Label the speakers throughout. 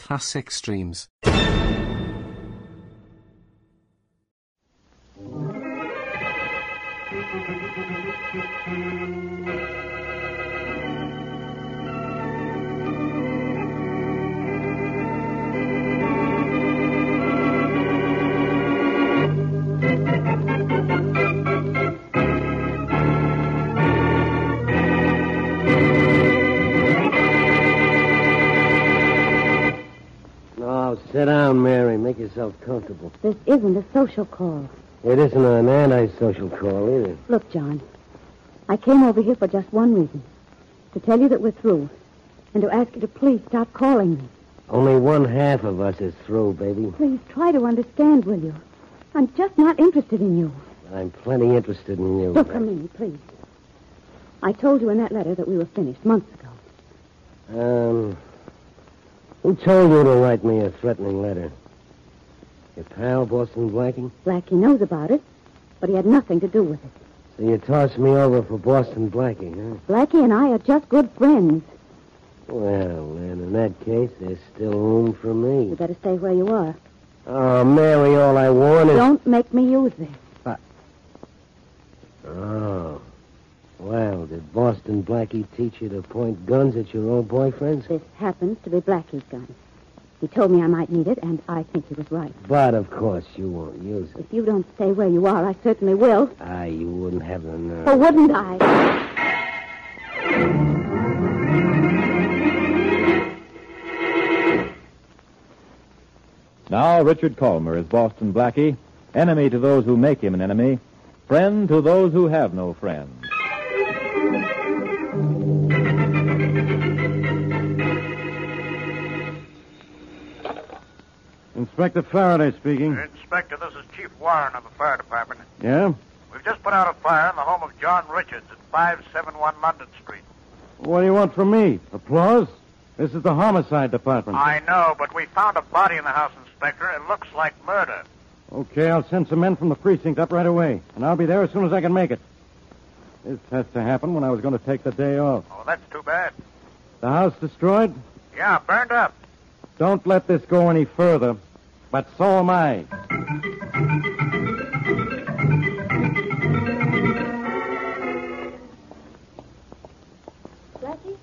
Speaker 1: classic streams. Oh,
Speaker 2: Oh, sit down, Mary. Make yourself comfortable.
Speaker 3: This isn't a social call.
Speaker 2: It isn't an antisocial call either.
Speaker 3: Look, John, I came over here for just one reason to tell you that we're through, and to ask you to please stop calling me.
Speaker 2: Only one half of us is through, baby.
Speaker 3: Please try to understand, will you? I'm just not interested in you.
Speaker 2: I'm plenty interested in you.
Speaker 3: Look, Hermione, please. I told you in that letter that we were finished months ago.
Speaker 2: Um, who told you to write me a threatening letter? Your pal, Boston Blackie?
Speaker 3: Blackie knows about it, but he had nothing to do with it.
Speaker 2: So you tossed me over for Boston Blackie, huh?
Speaker 3: Blackie and I are just good friends.
Speaker 2: Well, then, in that case, there's still room for me.
Speaker 3: You better stay where you are.
Speaker 2: Oh, Mary, all I want is...
Speaker 3: Don't make me use this.
Speaker 2: Oh. Well, did Boston Blackie teach you to point guns at your old boyfriends?
Speaker 3: This happens to be Blackie's gun. He told me I might need it, and I think he was right.
Speaker 2: But, of course, you won't use it.
Speaker 3: If you don't stay where you are, I certainly will.
Speaker 2: Ah, you wouldn't have the nerve.
Speaker 3: Or wouldn't I?
Speaker 4: Now Richard Colmer is Boston Blackie, enemy to those who make him an enemy, friend to those who have no friend. Inspector Faraday speaking.
Speaker 5: Inspector, this is Chief Warren of the fire department.
Speaker 4: Yeah?
Speaker 5: We've just put out a fire in the home of John Richards at 571 London Street.
Speaker 4: What do you want from me? Applause? This is the homicide department.
Speaker 5: I know, but we found a body in the house, Inspector. It looks like murder.
Speaker 4: Okay, I'll send some men from the precinct up right away, and I'll be there as soon as I can make it. This has to happen when I was going to take the day off.
Speaker 5: Oh, that's too bad.
Speaker 4: The house destroyed?
Speaker 5: Yeah, burned up.
Speaker 4: Don't let this go any further. But so am I.
Speaker 3: Blackie?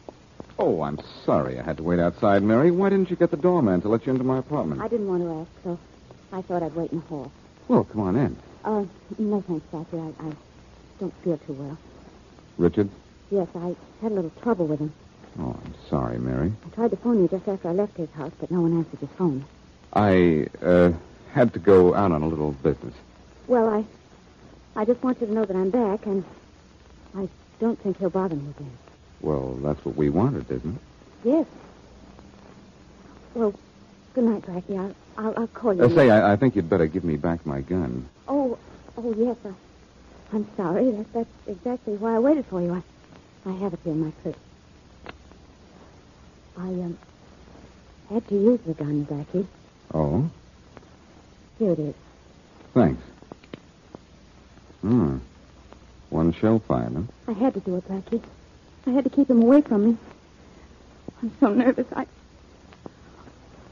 Speaker 6: Oh, I'm sorry I had to wait outside, Mary. Why didn't you get the doorman to let you into my apartment?
Speaker 3: I didn't want to ask, so I thought I'd wait in the hall.
Speaker 6: Well, come on in.
Speaker 3: Uh, no thanks, Blackie. I, I don't feel too well.
Speaker 6: Richard?
Speaker 3: Yes, I had a little trouble with him.
Speaker 6: Oh, I'm sorry, Mary.
Speaker 3: I tried to phone you just after I left his house, but no one answered his phone.
Speaker 6: I, uh, had to go out on a little business.
Speaker 3: Well, I, I just want you to know that I'm back, and I don't think he'll bother me again.
Speaker 6: Well, that's what we wanted, isn't it?
Speaker 3: Yes. Well, good night, Blackie. I'll, I'll, I'll call you.
Speaker 6: Uh, say, I, I think you'd better give me back my gun.
Speaker 3: Oh, oh yes. I, I'm sorry. That, that's exactly why I waited for you. I, I have it here in my clip. I um, had to use the gun, Blackie.
Speaker 6: Oh?
Speaker 3: Here it is.
Speaker 6: Thanks. Hmm. One shell fired, huh?
Speaker 3: I had to do it, Blackie. I had to keep him away from me. I'm so nervous. I.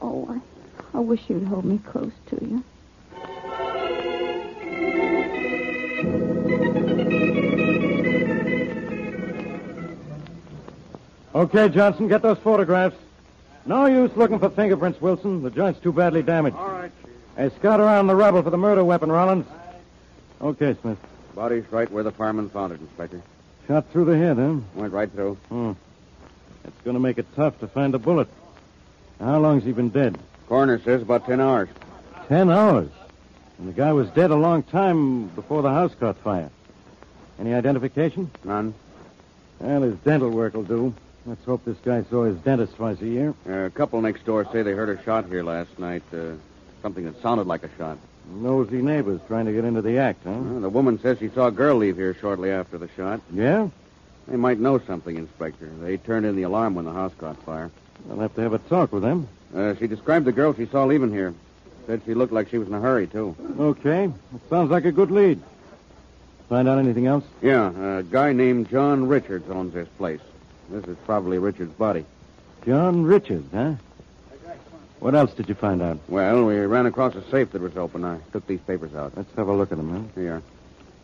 Speaker 3: Oh, I, I wish you'd hold me close to you.
Speaker 4: Okay, Johnson, get those photographs. No use looking for fingerprints, Wilson. The joint's too badly damaged. All right, Hey, scout around the rubble for the murder weapon, Rollins. Okay, Smith.
Speaker 7: Body's right where the fireman found it, Inspector.
Speaker 4: Shot through the head, huh?
Speaker 7: Went right through.
Speaker 4: Hmm. It's going to make it tough to find the bullet. How long's he been dead?
Speaker 7: Coroner says about ten hours.
Speaker 4: Ten hours. And the guy was dead a long time before the house caught fire. Any identification?
Speaker 7: None.
Speaker 4: Well, his dental work will do. Let's hope this guy saw his dentist twice a year.
Speaker 7: Uh, a couple next door say they heard a shot here last night. Uh, something that sounded like a shot.
Speaker 4: Nosy neighbors trying to get into the act, huh?
Speaker 7: Uh, the woman says she saw a girl leave here shortly after the shot.
Speaker 4: Yeah?
Speaker 7: They might know something, Inspector. They turned in the alarm when the house caught fire.
Speaker 4: I'll have to have a talk with them.
Speaker 7: Uh, she described the girl she saw leaving here. Said she looked like she was in a hurry, too.
Speaker 4: Okay. That sounds like a good lead. Find out anything else?
Speaker 7: Yeah, a guy named John Richards owns this place. This is probably Richards' body.
Speaker 4: John Richards, huh? What else did you find out?
Speaker 7: Well, we ran across a safe that was open. I took these papers out.
Speaker 4: Let's have a look at them, huh?
Speaker 7: Here you are.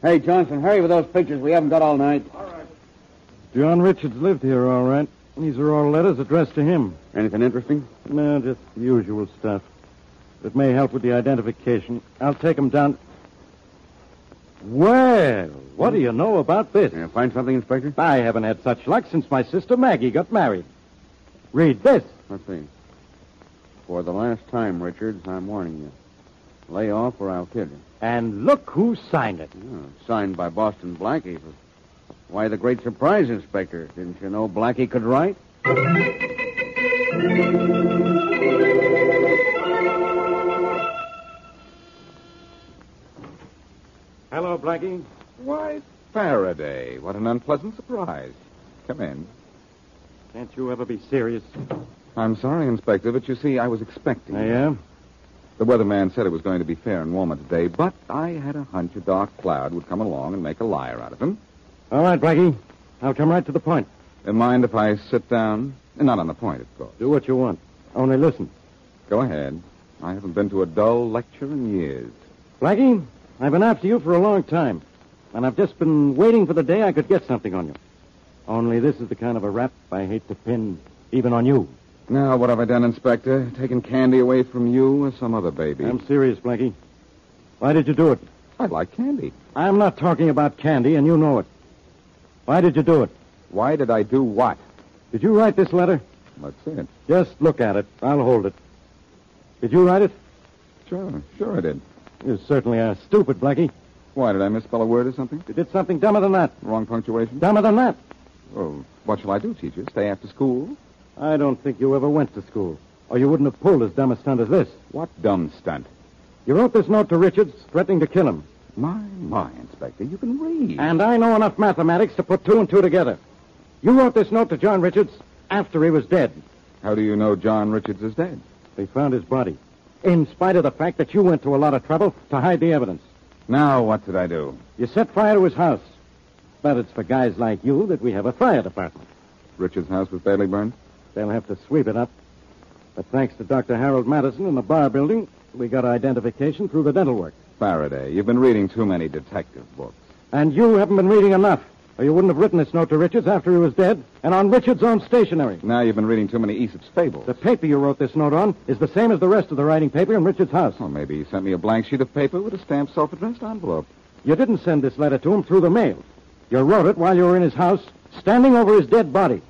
Speaker 7: Hey, Johnson, hurry with those pictures. We haven't got all night.
Speaker 4: John Richards lived here, all right. These are all letters addressed to him.
Speaker 7: Anything interesting?
Speaker 4: No, just the usual stuff. It may help with the identification. I'll take him down. Well, what do you know about this?
Speaker 7: Yeah, find something, Inspector?
Speaker 4: I haven't had such luck since my sister Maggie got married. Read this.
Speaker 7: Let's see. For the last time, Richards, I'm warning you. Lay off or I'll kill you.
Speaker 4: And look who signed it.
Speaker 7: Yeah, signed by Boston Blackie. But Why, the great surprise, Inspector. Didn't you know Blackie could write?
Speaker 4: Hello, Blackie.
Speaker 6: Why, Faraday, what an unpleasant surprise. Come in.
Speaker 4: Can't you ever be serious?
Speaker 6: I'm sorry, Inspector, but you see, I was expecting.
Speaker 4: I
Speaker 6: you.
Speaker 4: am.
Speaker 6: The weatherman said it was going to be fair and warmer today, but I had a hunch a dark cloud would come along and make a liar out of him.
Speaker 4: All right, Blackie. I'll come right to the point.
Speaker 6: Uh, Mind if I sit down? Eh, Not on the point, of course.
Speaker 4: Do what you want. Only listen.
Speaker 6: Go ahead. I haven't been to a dull lecture in years.
Speaker 4: Blackie, I've been after you for a long time, and I've just been waiting for the day I could get something on you. Only this is the kind of a rap I hate to pin even on you.
Speaker 6: Now, what have I done, Inspector? Taken candy away from you or some other baby?
Speaker 4: I'm serious, Blackie. Why did you do it?
Speaker 6: I like candy.
Speaker 4: I'm not talking about candy, and you know it. Why did you do it?
Speaker 6: Why did I do what?
Speaker 4: Did you write this letter?
Speaker 6: That's it.
Speaker 4: Just look at it. I'll hold it. Did you write it?
Speaker 6: Sure, sure I did.
Speaker 4: You certainly are stupid, Blackie.
Speaker 6: Why, did I misspell a word or something?
Speaker 4: You did something dumber than that.
Speaker 6: Wrong punctuation?
Speaker 4: Dumber than that.
Speaker 6: Oh, what shall I do, teacher? Stay after school?
Speaker 4: I don't think you ever went to school, or you wouldn't have pulled as dumb a stunt as this.
Speaker 6: What dumb stunt?
Speaker 4: You wrote this note to Richards, threatening to kill him.
Speaker 6: My, my, Inspector, you can read.
Speaker 4: And I know enough mathematics to put two and two together. You wrote this note to John Richards after he was dead.
Speaker 6: How do you know John Richards is dead?
Speaker 4: They found his body, in spite of the fact that you went to a lot of trouble to hide the evidence.
Speaker 6: Now, what did I do?
Speaker 4: You set fire to his house. But it's for guys like you that we have a fire department.
Speaker 6: Richards' house was badly burned?
Speaker 4: They'll have to sweep it up. But thanks to Dr. Harold Madison in the bar building, we got identification through the dental work.
Speaker 6: Faraday, you've been reading too many detective books.
Speaker 4: And you haven't been reading enough, or you wouldn't have written this note to Richards after he was dead and on Richards' own stationery.
Speaker 6: Now you've been reading too many Aesop's fables.
Speaker 4: The paper you wrote this note on is the same as the rest of the writing paper in Richards' house.
Speaker 6: Well, maybe he sent me a blank sheet of paper with a stamped self-addressed envelope.
Speaker 4: You didn't send this letter to him through the mail. You wrote it while you were in his house, standing over his dead body.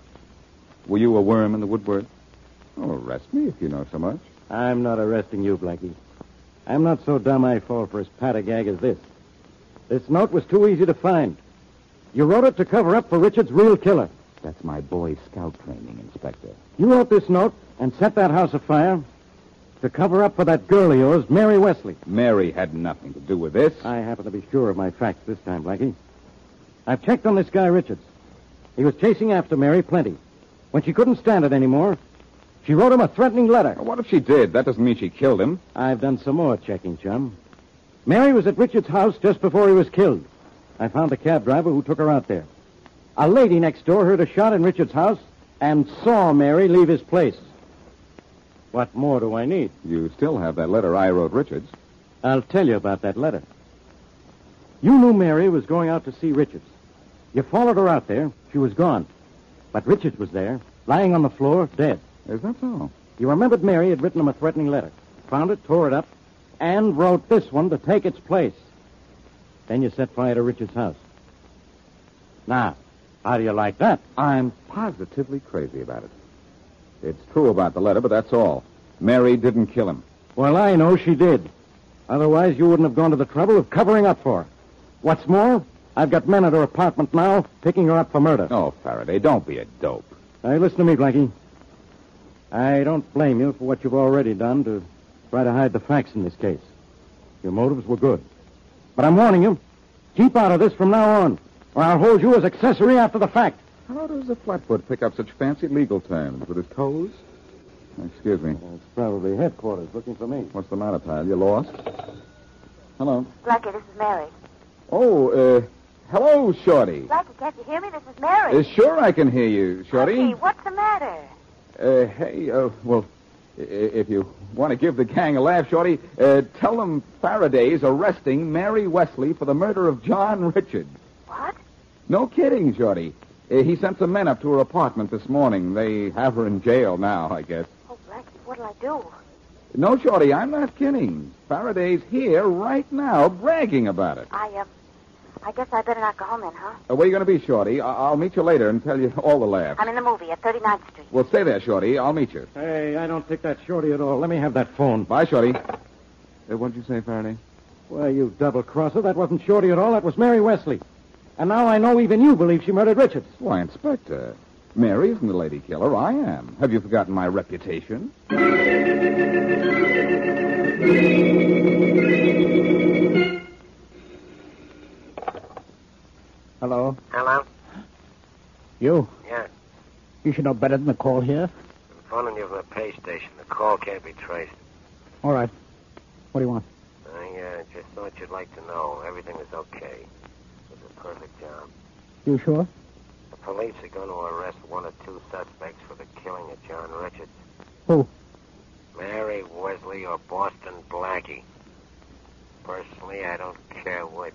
Speaker 6: Were you a worm in the woodwork? Oh, arrest me if you know so much.
Speaker 4: I'm not arresting you, Blackie. I'm not so dumb I fall for as pat a gag as this. This note was too easy to find. You wrote it to cover up for Richard's real killer.
Speaker 6: That's my Boy Scout training, Inspector.
Speaker 4: You wrote this note and set that house afire to cover up for that girl of yours, Mary Wesley.
Speaker 6: Mary had nothing to do with this.
Speaker 4: I happen to be sure of my facts this time, Blackie. I've checked on this guy, Richards. He was chasing after Mary plenty. When she couldn't stand it anymore, she wrote him a threatening letter.
Speaker 6: Now, What if she did? That doesn't mean she killed him.
Speaker 4: I've done some more checking, chum. Mary was at Richard's house just before he was killed. I found the cab driver who took her out there. A lady next door heard a shot in Richard's house and saw Mary leave his place. What more do I need?
Speaker 6: You still have that letter I wrote Richards.
Speaker 4: I'll tell you about that letter. You knew Mary was going out to see Richards. You followed her out there. She was gone. But Richards was there, lying on the floor, dead.
Speaker 6: Is that so?
Speaker 4: You remembered Mary had written him a threatening letter, found it, tore it up, and wrote this one to take its place. Then you set fire to Richard's house. Now, how do you like that?
Speaker 6: I'm positively crazy about it. It's true about the letter, but that's all. Mary didn't kill him.
Speaker 4: Well, I know she did. Otherwise, you wouldn't have gone to the trouble of covering up for her. What's more, I've got men at her apartment now picking her up for murder.
Speaker 6: Oh, Faraday, don't be a dope.
Speaker 4: Now, you listen to me, Blackie. I don't blame you for what you've already done to try to hide the facts in this case. Your motives were good. But I'm warning you, keep out of this from now on, or I'll hold you as accessory after the fact.
Speaker 6: How does a flatfoot pick up such fancy legal terms with his toes? Excuse me.
Speaker 4: It's probably headquarters looking for me.
Speaker 6: What's the matter, pal? You lost? Hello.
Speaker 1: Blackie, this is Mary.
Speaker 6: Oh, uh, hello, Shorty.
Speaker 1: Blackie, can't you hear me? This is Mary.
Speaker 6: Uh, sure, I can hear you, Shorty.
Speaker 1: Blackie, what's the matter?
Speaker 6: Uh, hey, uh, well, i- if you want to give the gang a laugh, Shorty, uh, tell them Faraday's arresting Mary Wesley for the murder of John Richards.
Speaker 1: What?
Speaker 6: No kidding, Shorty. Uh, He sent some men up to her apartment this morning. They have her in jail now, I guess.
Speaker 1: Oh, Blackie, what'll I do?
Speaker 6: No, Shorty, I'm not kidding. Faraday's here right now bragging about it.
Speaker 1: I, um, I guess I better not go home then, huh?
Speaker 6: Uh, where you going to be, Shorty? I- I'll meet you later and tell you all the laughs.
Speaker 1: I'm in the movie at 39th Street.
Speaker 6: Well, stay there, Shorty. I'll meet you.
Speaker 4: Hey, I don't think that's Shorty at all. Let me have that phone.
Speaker 6: Bye, Shorty. uh, what'd you say, Faraday?
Speaker 4: Well, you double crosser. That wasn't Shorty at all. That was Mary Wesley. And now I know even you believe she murdered Richards.
Speaker 6: Why, Inspector, Mary isn't the lady killer. I am. Have you forgotten my reputation?
Speaker 4: Hello.
Speaker 8: Hello?
Speaker 4: You.
Speaker 8: Yeah,
Speaker 4: You should know better than to call here.
Speaker 8: I'm phoning you from the pay station. The call can't be traced.
Speaker 4: All right. What do you want?
Speaker 8: I uh, just thought you'd like to know everything is okay. It's a perfect job.
Speaker 4: You sure?
Speaker 8: The police are going to arrest one or two suspects for the killing of John Richards.
Speaker 4: Who?
Speaker 8: Mary Wesley or Boston Blackie. Personally, I don't care which.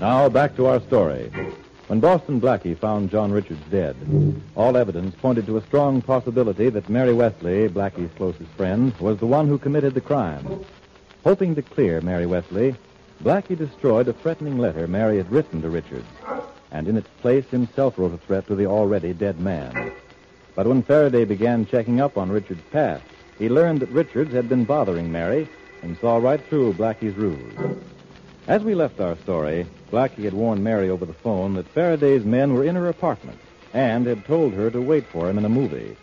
Speaker 9: Now back to our story. When Boston Blackie found John Richards dead, all evidence pointed to a strong possibility that Mary Wesley, Blackie's closest friend, was the one who committed the crime. Hoping to clear Mary Wesley, Blackie destroyed a threatening letter Mary had written to Richards, and in its place himself wrote a threat to the already dead man. But when Faraday began checking up on Richards' past, he learned that Richards had been bothering Mary and saw right through Blackie's ruse. As we left our story, Blackie had warned Mary over the phone that Faraday's men were in her apartment and had told her to wait for him in a movie.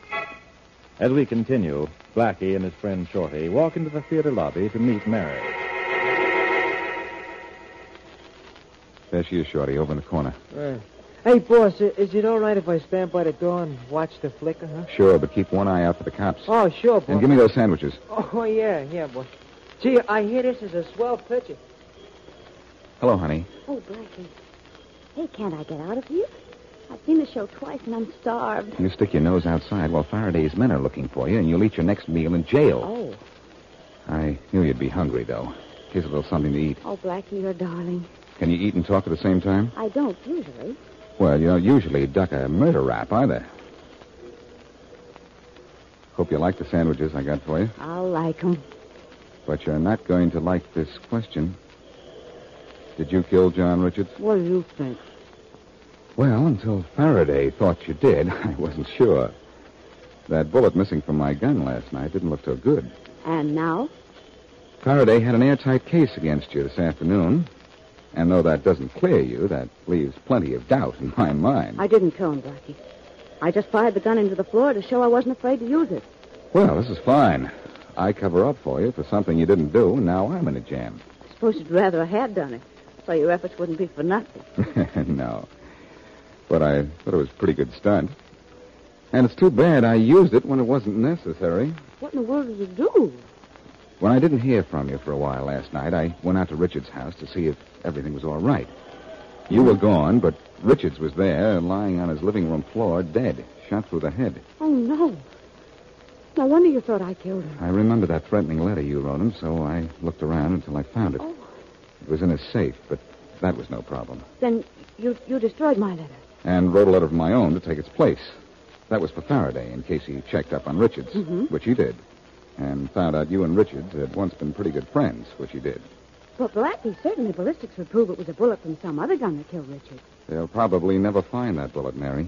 Speaker 9: As we continue, Blackie and his friend Shorty walk into the theater lobby to meet Mary.
Speaker 6: There she is, Shorty, over in the corner.
Speaker 10: Hey, boss, i- is it all right if I stand by the door and watch the flicker, huh?
Speaker 6: Sure, but keep one eye out for the cops.
Speaker 10: Oh, sure, boss.
Speaker 6: And give me those sandwiches.
Speaker 10: Oh, yeah, yeah, boss. Gee, I hear this is a swell picture.
Speaker 6: Hello, honey.
Speaker 3: Oh, Blackie. Hey, can't I get out of here? I've seen the show twice and I'm starved.
Speaker 6: You stick your nose outside while Faraday's men are looking for you, and you'll eat your next meal in jail.
Speaker 3: Oh.
Speaker 6: I knew you'd be hungry, though. Here's a little something to eat.
Speaker 3: Oh, Blackie, you're darling.
Speaker 6: Can you eat and talk at the same time?
Speaker 3: I don't usually.
Speaker 6: Well, you don't usually duck a murder rap either. Hope you like the sandwiches I got for you.
Speaker 3: I'll like 'em.
Speaker 6: But you're not going to like this question. Did you kill John Richards?
Speaker 3: What do you think?
Speaker 6: Well, until Faraday thought you did, I wasn't sure. That bullet missing from my gun last night didn't look so good.
Speaker 3: And now?
Speaker 6: Faraday had an airtight case against you this afternoon. And though that doesn't clear you, that leaves plenty of doubt in my mind.
Speaker 3: I didn't kill him, Blackie. I just fired the gun into the floor to show I wasn't afraid to use it.
Speaker 6: Well, this is fine. I cover up for you for something you didn't do, and now I'm in a jam.
Speaker 3: I suppose you'd rather I had done it, so your efforts wouldn't be for nothing.
Speaker 6: no. But I thought it was a pretty good stunt. And it's too bad I used it when it wasn't necessary.
Speaker 3: What in the world did you do?
Speaker 6: When I didn't hear from you for a while last night, I went out to Richard's house to see if everything was all right. You were gone, but Richards was there, lying on his living room floor, dead, shot through the head.
Speaker 3: Oh, no. No wonder you thought I killed him.
Speaker 6: I remember that threatening letter you wrote him, so I looked around until I found it.
Speaker 3: Oh.
Speaker 6: It was in a safe, but that was no problem.
Speaker 3: Then you, you destroyed my letter.
Speaker 6: and wrote a letter of my own to take its place. That was for Faraday, in case he checked up on Richards,
Speaker 3: Mm-hmm.
Speaker 1: Mm-hmm.
Speaker 6: which he did, and found out you and Richards had once been pretty good friends, which he did.
Speaker 3: But Blackie, certainly ballistics would prove it was a bullet from some other gun that killed Richard.
Speaker 6: They'll probably never find that bullet, Mary.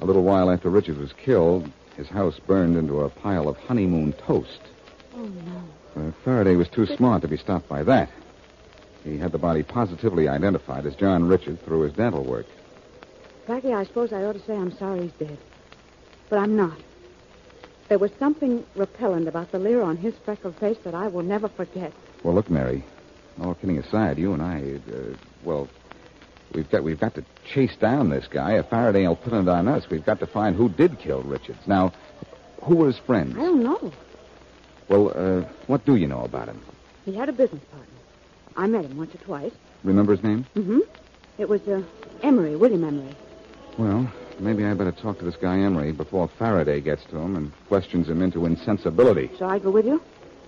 Speaker 6: A little while after Richards was killed, his house burned into a pile of honeymoon toast.
Speaker 3: Oh, no.
Speaker 6: Uh, Faraday was too smart to be stopped by that. He had the body positively identified as John Richards through his dental work.
Speaker 3: Blackie, I suppose I ought to say I'm sorry he's dead. But I'm not. There was something repellent about the leer on his freckled face that I will never forget.
Speaker 6: Well, look, Mary. All kidding aside, you and I, uh, well, we've got we've got to chase down this guy. If Faraday will put it on us, we've got to find who did kill Richards. Now, who were his friends?
Speaker 3: I don't know.
Speaker 6: Well, uh, what do you know about him?
Speaker 3: He had a business partner. I met him once or twice.
Speaker 6: Remember his name?
Speaker 3: Mm-hmm. It was uh, Emery, William Emery.
Speaker 6: Well, maybe I better talk to this guy Emery before Faraday gets to him and questions him into insensibility.
Speaker 3: Shall I go with you?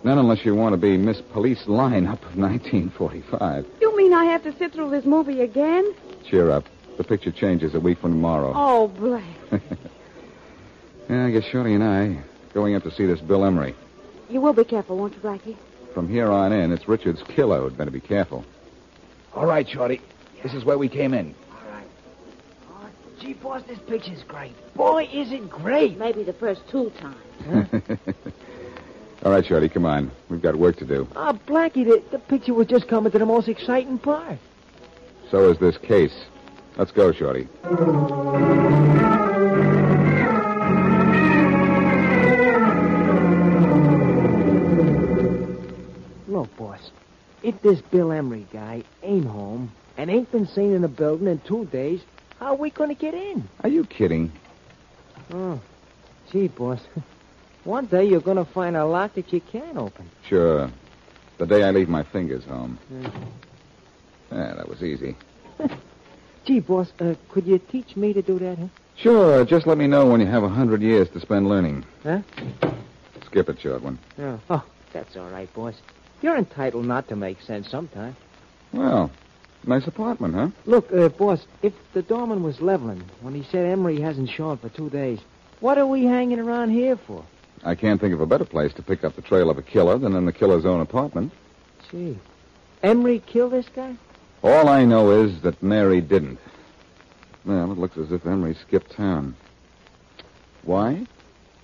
Speaker 6: Not unless you want to be Miss Police Lineup of 1945.
Speaker 3: You mean I have to sit through this movie again?
Speaker 6: Cheer up. The picture changes a week from tomorrow.
Speaker 3: Oh, Blake.
Speaker 6: Yeah, I guess Shorty and I are going up to see this Bill Emery.
Speaker 3: You will be careful, won't you, Blackie?
Speaker 6: From here on in, it's Richard's killode. Better be careful.
Speaker 11: All right, Shorty. This is where we came in.
Speaker 12: Gee, boss, this picture's great. Boy, is it great.
Speaker 13: Maybe the first two times.
Speaker 6: All right, Shorty, come on. We've got work to do.
Speaker 12: Ah, Blackie, the, the picture was just coming to the most exciting part.
Speaker 6: So is this case. Let's go, Shorty.
Speaker 10: Look, boss, if this Bill Emery guy ain't home and ain't been seen in the building in two days, how are we going to get in?
Speaker 6: Are you kidding?
Speaker 10: Oh, gee, boss. One day you're going to find a lock that you can't open.
Speaker 6: Sure. The day I leave my fingers home.
Speaker 11: Hmm.
Speaker 6: Yeah, that was easy.
Speaker 10: Gee, boss, uh, could you teach me to do that? Huh?
Speaker 6: Sure, just let me know when you have a hundred years to spend learning.
Speaker 10: Huh?
Speaker 6: Skip it, short one.
Speaker 10: Yeah. Oh, that's all right, boss. You're entitled not to make sense sometime.
Speaker 6: Well, nice apartment, huh?
Speaker 10: Look, uh, boss, if the doorman was leveling when he said Emery hasn't shown for two days, what are we hanging around here for?
Speaker 6: I can't think of a better place to pick up the trail of a killer than in the killer's own apartment.
Speaker 10: Gee. Emery killed this guy?
Speaker 6: All I know is that Mary didn't. Well, it looks as if Emery skipped town. Why?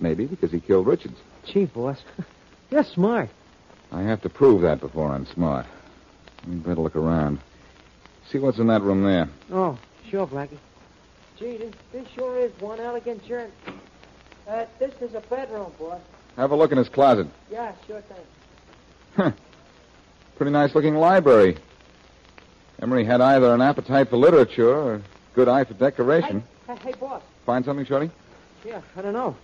Speaker 6: Maybe because he killed Richards.
Speaker 10: Gee, boss, you're smart.
Speaker 6: I have to prove that before I'm smart. We'd better look around. See what's in that room there.
Speaker 10: Oh, sure, Blackie. Gee, this, this sure is one elegant jerk. Uh, this is a bedroom, boss.
Speaker 6: Have a look in his closet.
Speaker 10: Yeah, sure thing.
Speaker 6: Pretty nice looking library. Emery had either an appetite for literature or a good eye for decoration.
Speaker 10: Hey, hey boss.
Speaker 6: Find something, Shorty?
Speaker 10: Yeah, I don't know.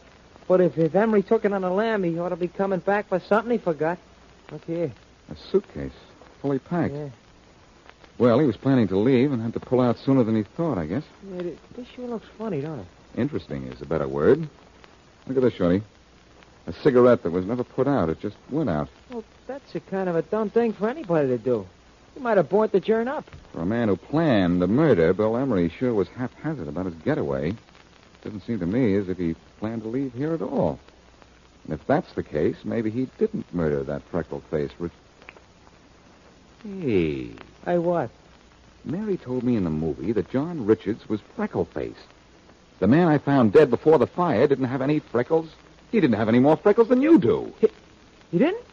Speaker 10: But if, if Emery took it on a lamb, he ought to be coming back for something he forgot. Look here.
Speaker 6: A suitcase, fully packed. Well, he was planning to leave and had to pull out sooner than he thought, I guess.
Speaker 10: Yeah, th- this sure looks funny, don't it?
Speaker 6: Interesting is a better word. Look at this, Shorty. A cigarette that was never put out. It just went out.
Speaker 10: Well, that's a kind of a dumb thing for anybody to do. You might have bought the journey up.
Speaker 6: For a man who planned the murder, Bill Emery sure was haphazard about his getaway. Doesn't seem to me as if he planned to leave here at all. And if that's the case, maybe he didn't murder that freckled face. Rich... Hey,
Speaker 10: Hey, what?
Speaker 6: Mary told me in the movie that John Richards was freckle faced. The man I found dead before the fire didn't have any freckles. He didn't have any more freckles than you do. He,
Speaker 10: didn't?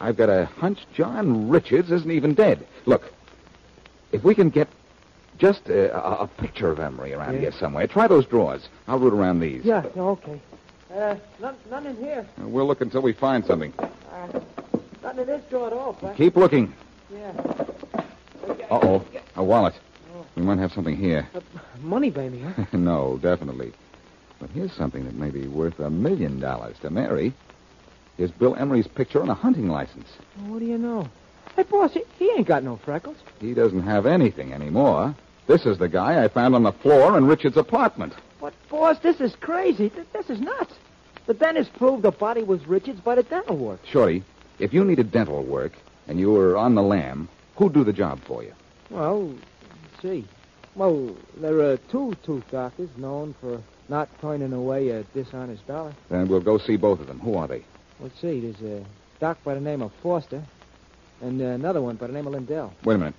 Speaker 6: I've got a hunch John Richards isn't even dead. Look, if we can get just a, a, a picture of Emery around
Speaker 10: Yeah.
Speaker 6: here somewhere, try those drawers. I'll root around these.
Speaker 10: Yeah, yeah, okay. Uh, none, none in here.
Speaker 6: Uh, We'll look until we find something.
Speaker 10: Uh, nothing in this drawer at all, Frank.
Speaker 6: Keep looking.
Speaker 10: Yeah.
Speaker 6: Uh oh, a wallet. We might have something here.
Speaker 10: Money, baby, huh?
Speaker 6: no, definitely. But here's something that may be worth a million dollars to Mary. Here's Bill Emery's picture and a hunting license.
Speaker 10: Well, what do you know? Hey, boss, he, he ain't got no freckles.
Speaker 6: He doesn't have anything anymore. This is the guy I found on the floor in Richard's apartment.
Speaker 10: What, boss? This is crazy. Th- this is nuts. The dentist proved the body was Richard's by the dental work.
Speaker 6: Shorty, if you needed dental work and you were on the lam, who'd do the job for you?
Speaker 10: Well, let's see. Well, there are two tooth doctors known for not turning away a dishonest dollar.
Speaker 6: Then we'll go see both of them. Who are they?
Speaker 10: Let's see, there's a doc by the name of Foster, and uh, another one by the name of Lindell.
Speaker 6: Wait a minute.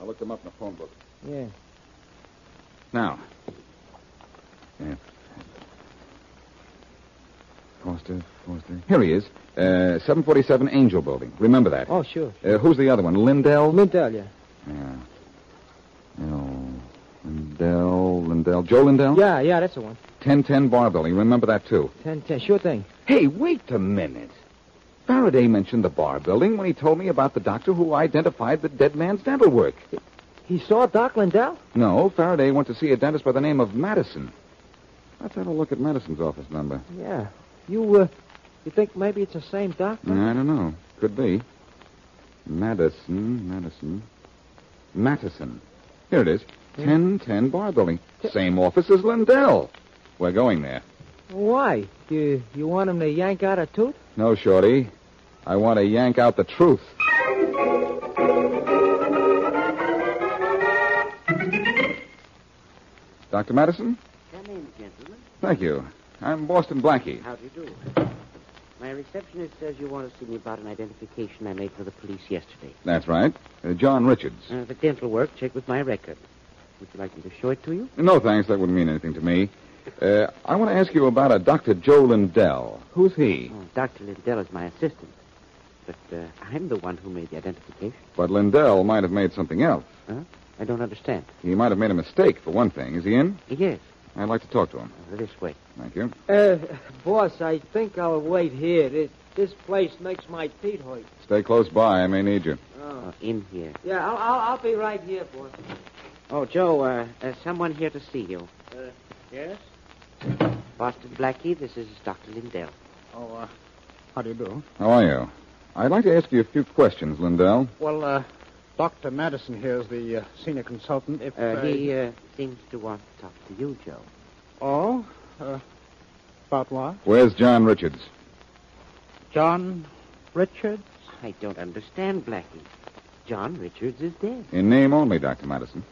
Speaker 6: I looked them up in the phone book.
Speaker 10: Yeah.
Speaker 6: Now. Yeah. Foster, Foster. Here he is. Uh, 747 Angel Building. Remember that.
Speaker 10: Oh, sure.
Speaker 6: Uh, who's the other one? Lindell?
Speaker 10: Lindell, yeah.
Speaker 6: Yeah. Oh, Lindell, Lindell. Joe Lindell?
Speaker 10: Yeah, yeah, that's the one.
Speaker 6: 1010 Bar Building. Remember that, too.
Speaker 10: Ten, ten, sure thing.
Speaker 6: Hey, wait a minute. Faraday mentioned the bar building when he told me about the doctor who identified the dead man's dental work.
Speaker 10: He saw Doc Lindell?
Speaker 6: No, Faraday went to see a dentist by the name of Madison. Let's have a look at Madison's office number.
Speaker 10: Yeah. You, uh, You think maybe it's the same doctor?
Speaker 6: I don't know. Could be. Madison, Madison, Mattison. Here it is.
Speaker 10: Hmm.
Speaker 6: 1010 Bar Building. Same office as Lindell. We're going there.
Speaker 10: Why? You you want him to yank out a tooth?
Speaker 6: No, Shorty. I want to yank out the truth. Dr. Madison?
Speaker 13: Come in, gentlemen.
Speaker 6: Thank you. I'm Boston Blackie.
Speaker 13: How do you do? My receptionist says you want to see me about an identification I made for the police yesterday.
Speaker 6: That's right. Uh, John Richards.
Speaker 13: Uh, for dental work, check with my record. Would you like me to show it to you?
Speaker 6: No, thanks. That wouldn't mean anything to me. Uh, I want to ask you about a Dr. Joe Lindell. Who's he?
Speaker 13: Oh, Dr. Lindell is my assistant. But uh, I'm the one who made the identification.
Speaker 6: But Lindell might have made something else.
Speaker 13: I don't understand.
Speaker 6: He might have made a mistake, for one thing. Is he in?
Speaker 13: Yes.
Speaker 6: I'd like to talk to him.
Speaker 13: This way.
Speaker 6: Thank you.
Speaker 10: Uh, boss, I think I'll wait here. This, this place makes my feet hurt.
Speaker 6: Stay close by. I may need you.
Speaker 13: Oh. in here.
Speaker 10: Yeah, I'll, I'll, I'll be right here, boss.
Speaker 13: Oh, Joe, uh, uh, someone here to see you.
Speaker 10: Uh, yes?
Speaker 13: Boston Blackie, this is Dr. Lindell.
Speaker 14: Oh, uh, how do you do?
Speaker 6: How are you? I'd like to ask you a few questions, Lindell.
Speaker 14: Well, uh, Dr. Madison here is the uh, senior consultant. If
Speaker 13: Uh, he uh, seems to want to talk to you, Joe.
Speaker 14: Oh? Uh, about what?
Speaker 6: Where's John Richards?
Speaker 14: John Richards?
Speaker 13: I don't understand, Blackie. John Richards is dead.
Speaker 6: In name only, Dr. Madison.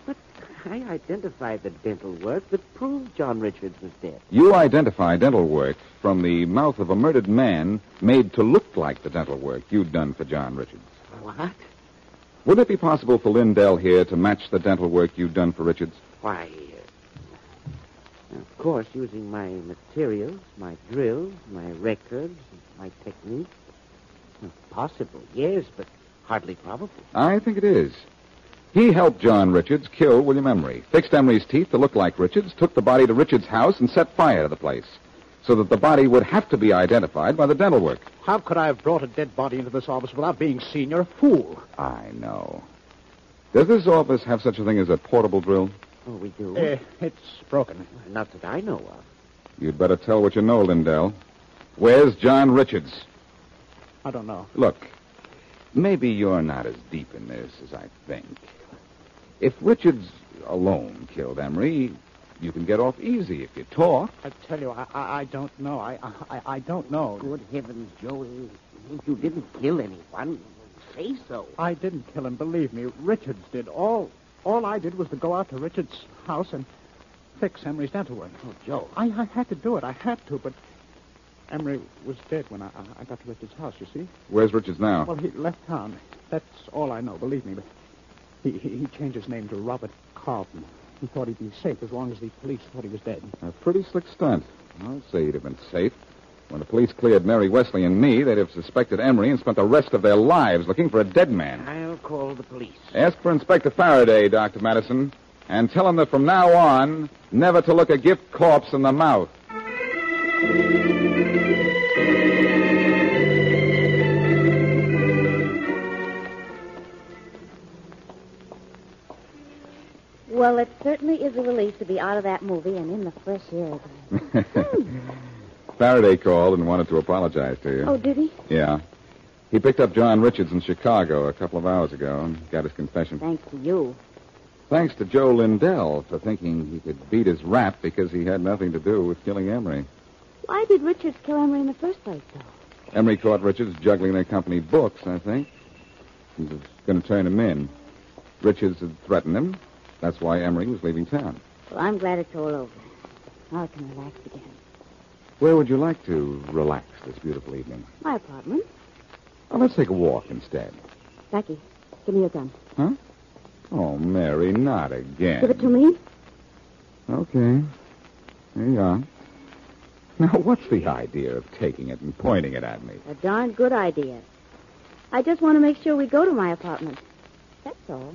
Speaker 13: I identified the dental work that proved John Richards was dead.
Speaker 6: You identify dental work from the mouth of a murdered man made to look like the dental work you'd done for John Richards.
Speaker 13: What?
Speaker 6: Would it be possible for Lindell here to match the dental work you'd done for Richards?
Speaker 13: Why, uh, of course, using my materials, my drills, my records, my technique. Possible, yes, but hardly probable.
Speaker 6: I think it is. He helped John Richards kill William Emery, fixed Emery's teeth to look like Richards, took the body to Richards' house, and set fire to the place so that the body would have to be identified by the dental work.
Speaker 14: How could I have brought a dead body into this office without being seen? You're a fool.
Speaker 6: I know. Does this office have such a thing as a portable drill?
Speaker 13: Oh, we do.
Speaker 14: Eh, it's broken.
Speaker 13: Not that I know of.
Speaker 6: You'd better tell what you know, Lindell. Where's John Richards?
Speaker 14: I don't know.
Speaker 6: Look, maybe you're not as deep in this as I think. If Richards alone killed Emery, you can get off easy if you talk.
Speaker 14: I tell you, I, I, I don't know. I, I, I don't know.
Speaker 13: Good heavens, Joe. If you didn't kill anyone, say so.
Speaker 14: I didn't kill him, believe me. Richards did. All all I did was to go out to Richards' house and fix Emery's dental work.
Speaker 13: Oh, Joe.
Speaker 14: I, I had to do it. I had to, but Emery was dead when I, I- I got to Richards' house, you see?
Speaker 6: Where's Richards now?
Speaker 14: Well, he left town. That's all I know, believe me. But he, he, he changed his name to Robert Carlton. He thought he'd be safe as long as the police thought he was dead.
Speaker 6: A pretty slick stunt. I'll say he'd have been safe. When the police cleared Mary Wesley and me, they'd have suspected Emery and spent the rest of their lives looking for a dead man.
Speaker 13: I'll call the police.
Speaker 6: Ask for Inspector Faraday, Dr. Madison, and tell him that from now on, never to look a gift corpse in the mouth.
Speaker 15: Well, it certainly is a relief to be out of that movie and in the fresh air again.
Speaker 6: Faraday called and wanted to apologize to you.
Speaker 15: Oh, did he?
Speaker 6: Yeah. He picked up John Richards in Chicago a couple of hours ago and got his confession.
Speaker 15: Thanks to you.
Speaker 6: Thanks to Joe Lindell for thinking he could beat his rap because he had nothing to do with killing Emery.
Speaker 15: Why did Richards kill Emery in the first place, though?
Speaker 6: Emery caught Richards juggling their company books, I think. He was going to turn him in. Richards had threatened him. That's why Emery was leaving town.
Speaker 15: Well, I'm glad it's all over. Now I can relax again.
Speaker 6: Where would you like to relax this beautiful evening?
Speaker 15: My apartment.
Speaker 6: Well, let's take a walk instead.
Speaker 15: Blackie, give me your gun.
Speaker 6: Oh, Mary, not again.
Speaker 15: Give it to me.
Speaker 6: Okay. There you are. Now, what's the idea of taking it and pointing it at me?
Speaker 15: A darn good idea. I just want to make sure we go to my apartment. That's all.